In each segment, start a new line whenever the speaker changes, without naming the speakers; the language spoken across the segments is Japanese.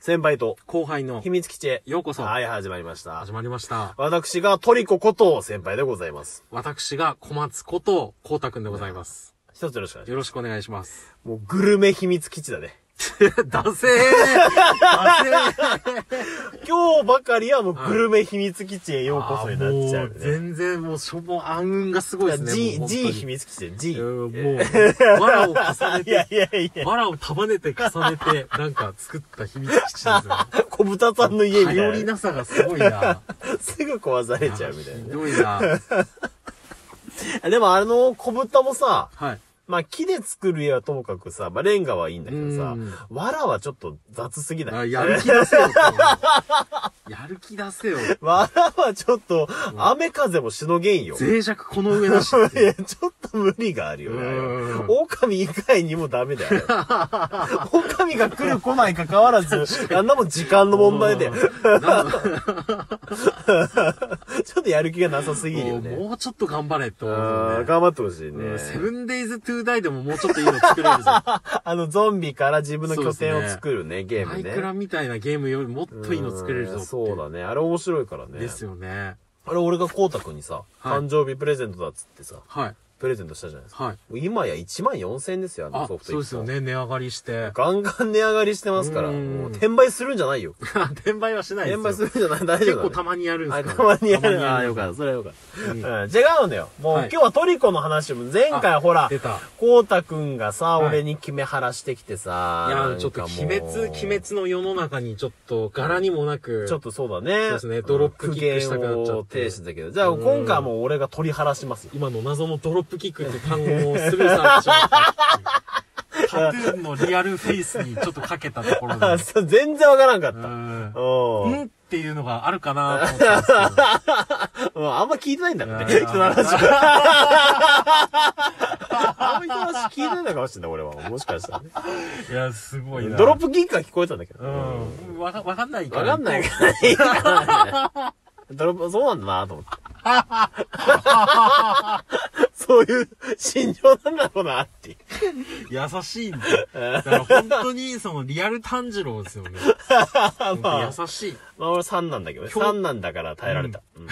先輩と
後輩の
秘密基地へ
ようこそ
はい、始まりました
始。まりました。
私がトリコこと先輩でございます。
私が小松こと、こうたくんでございます。
一つよろしくお願いし
よろしくお願い します。
ます。もうグルメ秘密基地だね。
ダセー ダセー
今日ばかりはもうグルメ秘密基地へようこそになっちゃう
あー
ね。
も全然もう、しょぼ、暗雲がすごいですね。
G、
もう
G
本当に
秘密基地で G。
いや
い
もう、わらを重ね
や
て、
いやいや、
わらを束ねて重ねて、なんか作った秘密基地で すよ。
小豚さんの家みたい
頼
な
り
ね。
なさがすごいな。
すぐ壊されちゃうみたい
ひどいな。
な。でもあの小豚もさ、
はい。
まあ木で作る家はともかくさ、まあレンガはいいんだけどさ
うん、
藁はちょっと雑すぎな
あ
い
やる気出せよって思 う。やる気出せよ。
わらはちょっと、雨風もしのげんよ。
脆弱この上なしっ
いや、
て。
ちょっと無理があるよねあれ
う
は
ん。
狼以外にもダメだ よ。狼が来る来ないかかわらず、あんなもん時間の問題だ よ。
うんなんか
ちょっとやる気がなさすぎるよね。
もうちょっと頑張れって思
あ
う
ー
んだよ
頑張ってほしい
ね。
ね。
セブンデイズトゥーダイでももうちょっといいの作れるじゃん。
あの、ゾンビから自分の拠点を作るね、 ゲー
マ
ム
イ
ね。
クラみたいなゲームよりもっといいの作れるぞって
う
い
んそうだね。あれ面白いからね。
ですよね。
あれ俺が光太くんにさ、
はい
誕生日プレゼントだっつってさ、
はい。
プレゼントしたじゃないですか。
はい。
もう今や1万4000円ですよ、あの
あ
ソフ、ト一
そう
本
ですよね。値上がりして。
ガンガン値上がりしてますから、
うん
もう転売するんじゃないよ。
転売はしないです
転
よ。
売するんじゃない大丈
結
夫
構
だ
たまにやるん
ね、
です
あたまにやる。あ
あ
ー、よ
っ
かった。それはよかった。う
うん
ん、違うんだよ。もう、
はい
今日はトリコの話も、前回ほら
出、た。
こうたくんがさ、
はい
俺に決め晴らしてきてさ、
い
な
や
ん、
ちょっと
かもう
鬼滅、鬼滅の世の中にちょっと柄にもなく、
ちょっとそうだね。
うですねドロップキックしたくなっちゃっ
苦
て
言を呈してたけど。じゃあ、今回はもう俺が取り晴らしますよ。
今の謎のドロップキックって単語をスルーされてしま った。タトゥーンのリアルフェイスにちょっとかけたところで。
あそう全然わからんかっ
う
た。
ん。
う
うん
ん。
っていうのがあるかなと思ったんですけど。
うんあんま聞いてないんだろうね。
うん
人の話が。あんま人の話聞いてないのかもしれない、俺は。もしかしたらね。
いや、すごいな。
ドロップキックは聞こえたんだけど。
うん。わか、わかんないか
わ
ら。
かん ないからいいからねドロップ、そうなんだなと思 って。そういう心情なんだろうなっていう。
優しいんだよ。だから本当に、その、リアル炭治郎ですよね。本当に優しい。
まあ俺3なんだけどね。
今日
3なんだから耐えられた。うん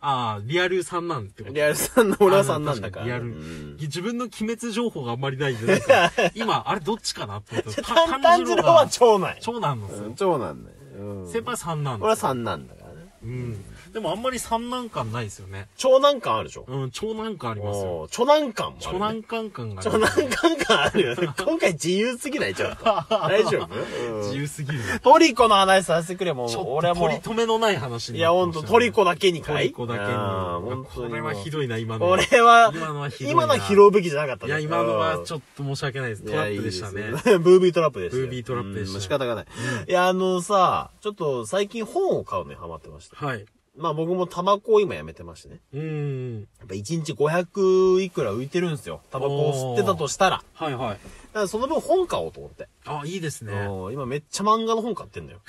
ああ、リアル三なんってこと。
リアル3の俺は3なんだから。う
あの確かにリアル
ん。
自分の鬼滅情報があんまりないんで、なんか 今、あれどっちかなって思った。
炭炭治郎は長男。
長男のですよ
長男だようん。
先輩三男
俺は3なんだからね。
うん。でもあんまり三男感ないですよね。
長男感あるでしょ
うん、長男感ありますよ。
おー長男感もあ
長
るね。
男感感があ
長
る。
男感感あるよね。今回自由すぎないちょっと。大丈夫うん
自由すぎる。
トリコの話させてくれ、もう
ちょっ。
俺は
と
もう
取り。留めのない話に
い
な
や、
って
ほん
ました
と、
ね
トリコだけにかい
トリコだけに。
あーほんと
こ
に。
れはひ
い。
どいな、今の。
俺は、
今のはひどいな
今のは拾うべきじゃなかった
いや、今のはち
ょっ
ょっと申し訳ないです。トラップでしたね。
ブービートラップでしたね。
ブービートラップでしたね
うん仕方がない。いや、あのさ、ちょっと最近本を買うのにハマってました。
はい。
まあ僕もタバコを今やめてましてね。
うーん。
やっぱ1日500いくら浮いてるんですよ。タバコを吸ってたとしたら。
はいはい。
だからその分本買おうと思って。
あ、いいですね。
うん今めっちゃ漫画の本買ってんだよ。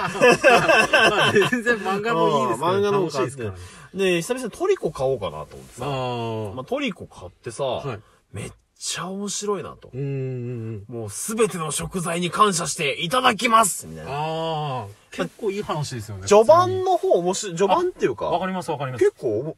まあ全然漫画もいいですね。
うん漫画の
楽
方
しい
買
で
っ
す
て
からね。
で、久々にトリコ買おうかなと思って
あ
さ。
あ。
まあ、トリコ買ってさ、
はい。
めっちゃ面白いなと
う。ーん。
もうすべての食材に感謝していただきますみたいな。
ああ。結構いい話ですよね。
序盤の方面白い、序盤っていう
わか
か、
りますわかります。
結構おも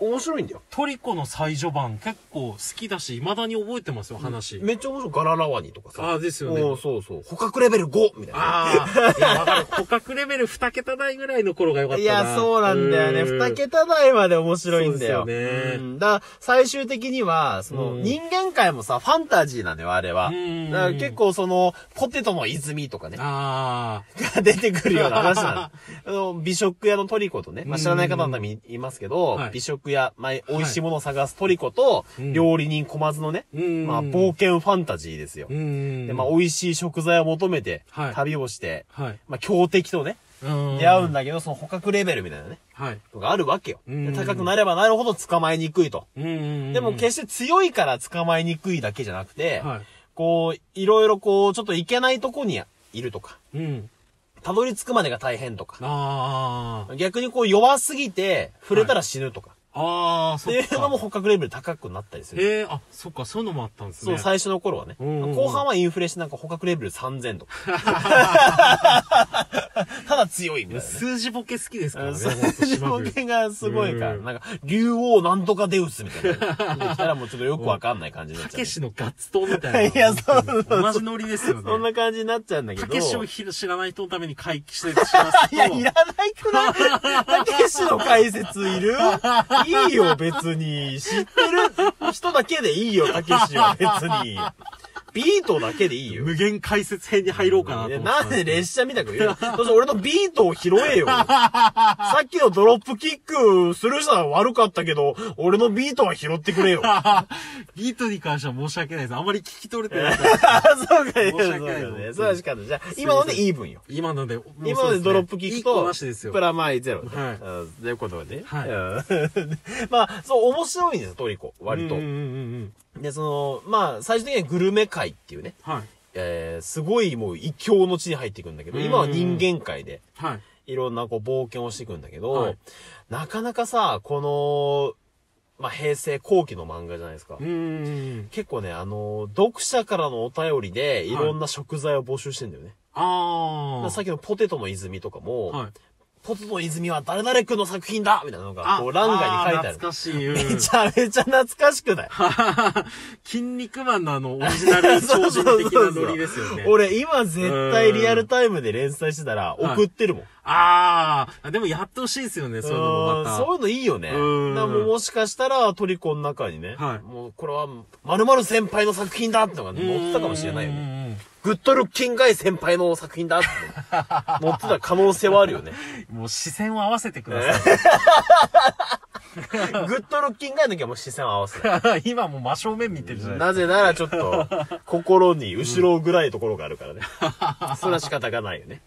面白いんだよ。
トリコの最序盤結構好きだし、未だに覚えてますよ、話。
めっちゃ面白い。ガララワニとかさ。
ああ、ですよね。
おーそうそう。捕獲レベル5みたいな。
ああ、いや、わかる。捕獲レベル2桁台ぐらいの頃が良かった
い
な。
や、そうなんだよね。
うーん
二。桁台まで面白いんだよ。
そうですよね
うんだから、最終的には、その、
うん
人間界もさ、ファンタジーなんだよ、あれは。
うん
だから結構その、ポテトの泉とかね、
あ
が 出てくるような話なんだ あの、美食屋のトリコとね、まあ、知らない方のために言いますけど、
はい
美食屋、まあ、美味しいものを探すトリコと、
うん
料理人小松のね、
あ。うん。
まあ、冒険ファンタジーですよ。
うん。
で、まあ、美味しい食材を求めて
はい、
旅をして、
はい。
まあ、強敵とね、
うん
出会うんだけど、その捕獲レベルみたいなね。
はい。
のがあるわけよ。
うん
で高くなればなるほど捕まえにくいと。
うん
でも決して強いから捕まえにくいだけじゃなくて、
は
こう、いろいろこう、ちょっと行けないとこにいるとか、
い。うん。
たどり着くまでが大変とか、
ああ。
逆にこう弱すぎて触れたら死ぬとか、
ああ、
って
そ
い
っ
うのも
か。
捕獲レベル高くなったりする。
ええー、あ、そっか、そういうのもあったんです
そう、
ね。
最初の頃はね。
うんうんうん
後半はインフレしてなんか捕獲レベル3000と か。ただ強いみたいなね。
数字ボケ好きですからね。
そう
ほんと島
条
国
件がすごいから、
うん
なんか、竜王なんとかデウスみたいな。 できたらもうちょっとよくわかんない感じにな
た
っちゃ
け
う。
しのガッツ党みたいな。
いやそうそうそう
同じノリですよ
そん
ね。
な感じになっちゃうんだけど。
たけしをひ知らない人のために回帰してします と。
いや、いらないくないた けしの解説いるいいよ、別に。知ってる人だけでいいよ、たけしは別に。ビートだけでいいよ。
無限解説編に入ろうかなと思ってた
なんん
です
で
けど。
列車みたく言うのそして俺のビートを拾えよ。さっきのドロップキックする人は悪かったけど、俺のビートは拾ってくれ よ。
ビートに関しては申し訳ないです。あんまり聞き取れてない。
そうか、
申し
そう
訳ない
かね。そうしかった。じゃあ、今のでイーブンよ。
今ので、もうそうすね
今までドロップキック
一個
と
なしです、よ。
プラマイゼロ。
はい
うん。ということでね。
はい
うん。 まあ、そう、面白いんですよ、トリコ。割と
うん。うんうんうん。
で、その、まあ、最終的にはグルメ界っていうね、
はい。
えー、すごいもう異教の地に入っていくんだけど、
うん
今は人間界で、
はい。
いろんなこう冒険をしていくんだけど、
はい
なかなかさ、この、まあ、平成後期の漫画じゃないですか。
うんうんうん。
結構ね、あの、読者からのお便りで、いろんな食材を募集してんだよね。
ああ。
さっきのポテトの泉とかも、
はい。
ポツの泉は誰々君の作品だみたいなのが、こう、欄外に書いてあ
懐
る。
かしい。うん
めちゃめちゃ懐かしくない
筋肉マンのあの、オリジナル超人的なノリですよね。
俺、今絶対リアルタイムで連載してたら
うん
送ってるもん。
ああ。でもやってほしいですよね、そういうのもま
うん
た。
そういうのいいよね。だか
うん
らもうもしかしたらトリコの中にね、
はい
もうこれは〇〇先輩の作品だってのが載ってたかもしれないよ
うんう
ね。
んうん
グッドルッキンガイ先輩の作品だっ て載ってた可能性はあるよね。
もう視線を合わせてくださ
グッドルッキンガイの時はもう視線を合わせない
い。 今もう真正面見てるじゃないですか。
なぜならちょっと、心に後ろぐらいところがあるからね。 それは仕方がないよね。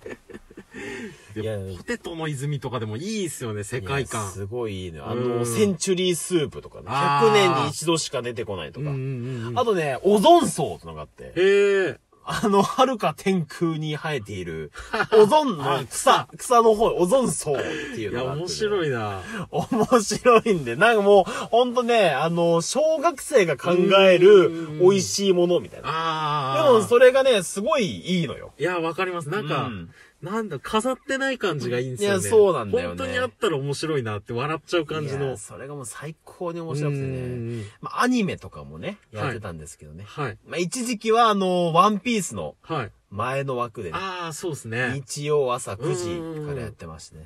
いや、
ポテトの泉とかでもいいですよね、世界
いや
観。
すごいいいね。あ
う
の、
ん
センチュリースープとかね。
あー
100年に一度しか出てこないと
うん
か
う。んうん。
あとね、オゾン層ってのがあって、
へえ。
あの、遥か天空に生えてい る、オゾンの草、草の方、オゾン層ってい
いうや、
のがあってね、
面白いな。
面白いんで、なんかもう、ほんとね、あの、小学生が考える美味しいものみたいな。
あ
で
あ。
も、それがね、すごいいいのよ。
いや、わかります。なんか、
うん
なんだ、飾ってない感じがいいんですよね。
いやそうなんだよね
本当にあったら面白いなって笑っちゃう感じ
い
の
や。それがもう最高に面白くて
うん
ね。
うんうん
まあ、アニメとかもね、やってたんですけどね。
はい。
まあ、一時期はあの、ワンピースの
はい。
前の枠でね、
ああ、そうですね。
日曜朝9時からやってましてね。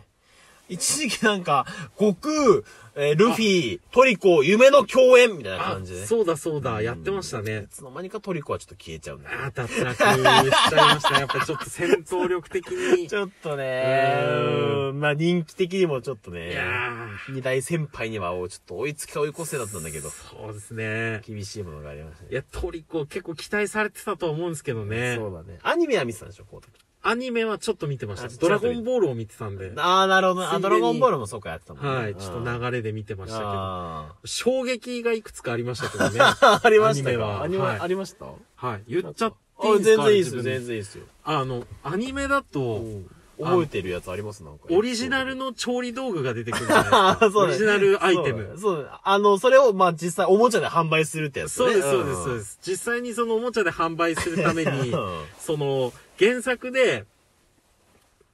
一時期なんか、悟空、えールフィ、トリコ、夢の共演みたいな
あ
感じで、ね。い
そうだそうだ、やってましたね。
つの間にかトリコはちょっと消えちゃうんだよね
ああ、脱落しちゃいました。やっぱちょっと戦闘力的に。い
ちょっとね、
う
まあ人気的にもちょっとね、
や
二大先輩にはちょっと追いつきか追い越せだったんだけ
ー
ど、
そうですね。
厳しいものがありましたね
い。や、トリコ結構期待されてたとは思うんですけどね。
そうだね。アニメは見てたんでしょ、こうと
アニメはちょっと見てました。
あちょっと
ドラゴンボールを見てたんで。
ああ、なるほどね。
ついで
あ、
に
ドラゴンボールもそうかやってたもんね。
はい。ちょっと
長
流れで見てましたけど。
あ
衝撃がいくつかありました けどね。
ーありました
アニメは
かアニメ
はい
ありましたあ
はい。言っちゃってい
全
いですか
然いいです
自
よ、
分で
全然いいですよ。
あの、アニメだと、
覚えてるやつありますなんか。
オリジナル
の。
の調理道具が出てくるじゃないです
あ
か。
あ、そうだ
オリ
ね
ジナルアイ
そ
テム。
うだねそうだねあの、それを、まあ、実際、おもちゃで販売するってやつ。
そうです、そうです、そうですす。実際にそのおもちゃで販売するために
う、ん
その、原作で、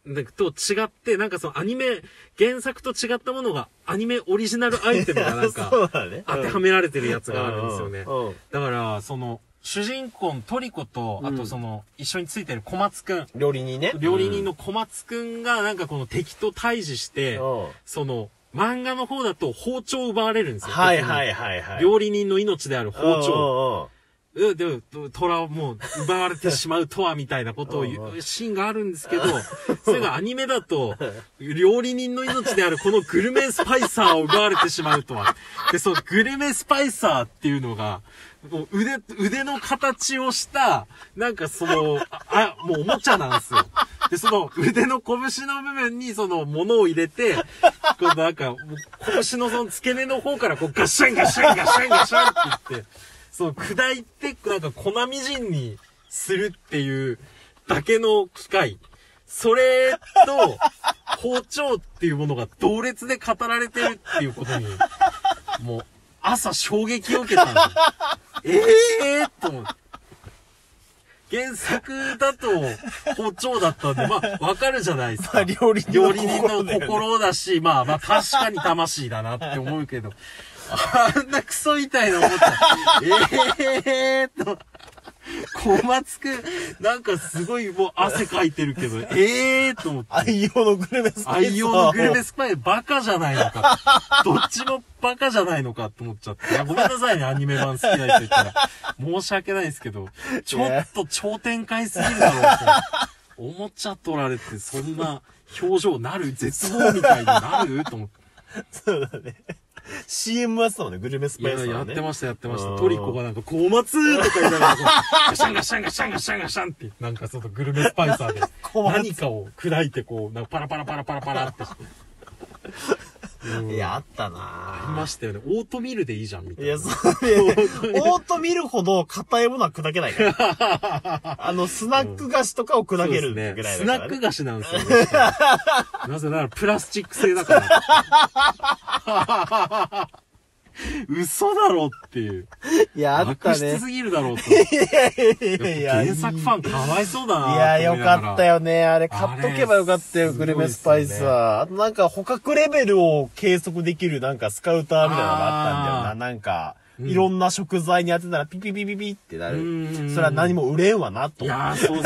なんかと違って、なんかそのアニメ、原作と違ったものが、アニメオリジナルアイテムがなん か、
そうだね。
当ては
め
められてるやつがあるんですよね。
よね。
だから、その、主人公のトリコと、
う
あ
ん
とその、一緒についてる小松くん。
料理人ね。
料理人の小松くんが、なんかこの敵と対峙して、
うん。うん
その、漫画の方だと包丁を奪われるんですよ。
はい
敵に
はいはいはい。
料理人の命である包丁。
丁。
うん、でも、虎をもう奪われてしまうとは、みたいなことを言
うんう
うシーンがあるんですけど、 それがアニメだと、料理人の命であるこのグルメスパイサーを奪われてしまうとは。で、そのグルメスパイサーっていうのが、もう腕、腕の形をした、なんかその、あ、あもうおもちゃなんですよ。で、その腕の拳の部分にその物を入れて、こうなんか、もう拳のその付け根の方からこうガッシャンガッシャンガッシャンガッシャンって言って、そう、砕いて、なんか粉みじんにするっていうだけの機械。それと、包丁っていうものが同列で語られてるっていうことに、もう、朝衝撃を受け たの。ええー、と思って。原作だと、包丁だったんで、まあ、わかるじゃないです
まあ
か。
料理人の
料
心
理人の
だよね
心だし、まあまあ、確かに魂だなって思うけど、あんなクソみたいな思った。ええー、と。小松くん、なんかすごいもう汗かいてるけど、ええー、と思って。
愛用のグルメスパイスを
愛用のグルメスパイバカじゃないのか。どっちもバカじゃないのかって思っちゃって。いやごめんなさいね、アニメ版好きな人言ったら。申し訳ないですけど、ちょっと超展開すぎるだろうと思っちゃっておられて、そんな表情なる絶望みたいになると思って。
そうだね。CM はそうね、グルメス
い
パイ
や
ス、ね。
やってました、やってまし
う
た。
ん
トリコがなんか、小松とか言いながらこう、ガシャンガシャンガシャンガシャンガシャンって、なんかそのグルメスパイサーで、
小松
何かを砕いてこう、なんかパラパラパラパラパラってして。うん
いや、あった
い
な
ましたよね。オートミールでいいじゃん、みた
ぁ。
い
い
な。
や、そう、いやいやオートミールほど硬いものは砕けないから。 あの、スナック菓子とかを
そ
砕
う
け
です
るぐ
ね
らいだから、ね
スナック菓子なんですよね。なぜならプラスチック製だから。嘘だろっていう。
いや、あった
悪質
ね。
すぎるだろうと。
いやいやいやいや。
原作ファンかわいそうだな。
いや、よかった
よ。
よね。あれ、買っとけばよかった
あ
よ、
れ
グルメスパイスは。あとなんか、捕獲レベルを計測できる、なんか、スカウターみたいなのがあったんだよ
あー
な。なんか、
ん
いろんな食材に当てたら、ピピピピピってな
う
る。
ん
それは何も売れんわな、
い
と。
やー、そうっす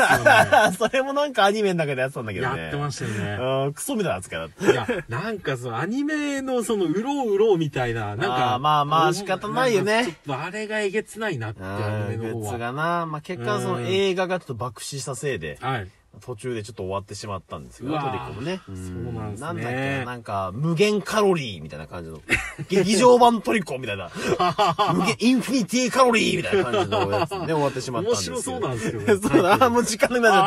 よ
それもなんかアニメの中でやってたんだけどね。
ね。やってましたよね。
うん、クソみたいな扱いだった。
いや、なんかそのアニメのそのうろうろうみたいな、なん
あー
か。
まあまあ仕方ないよね
んかちょっとあれがえげつないなって、ア
う
ニ
ん、グ
メ
ッ
の方
ズ
は。
がな。まあ、結果、その
うん
映画がちょっと爆死したせいで、
はい。
途中でちょっと終わってしまったんですけど、
うわ
ト
ー
リコもね。
そうなんですね
なんだっけな、なんか、無限カロリーみたいな感じの、劇場版トリコみたい な、無限、インフィニティカロリーみたいな感じのやつで終わってしまったん
面
ですけど。
白そうなんですけどね
そうだ、あーもう時間の無駄だ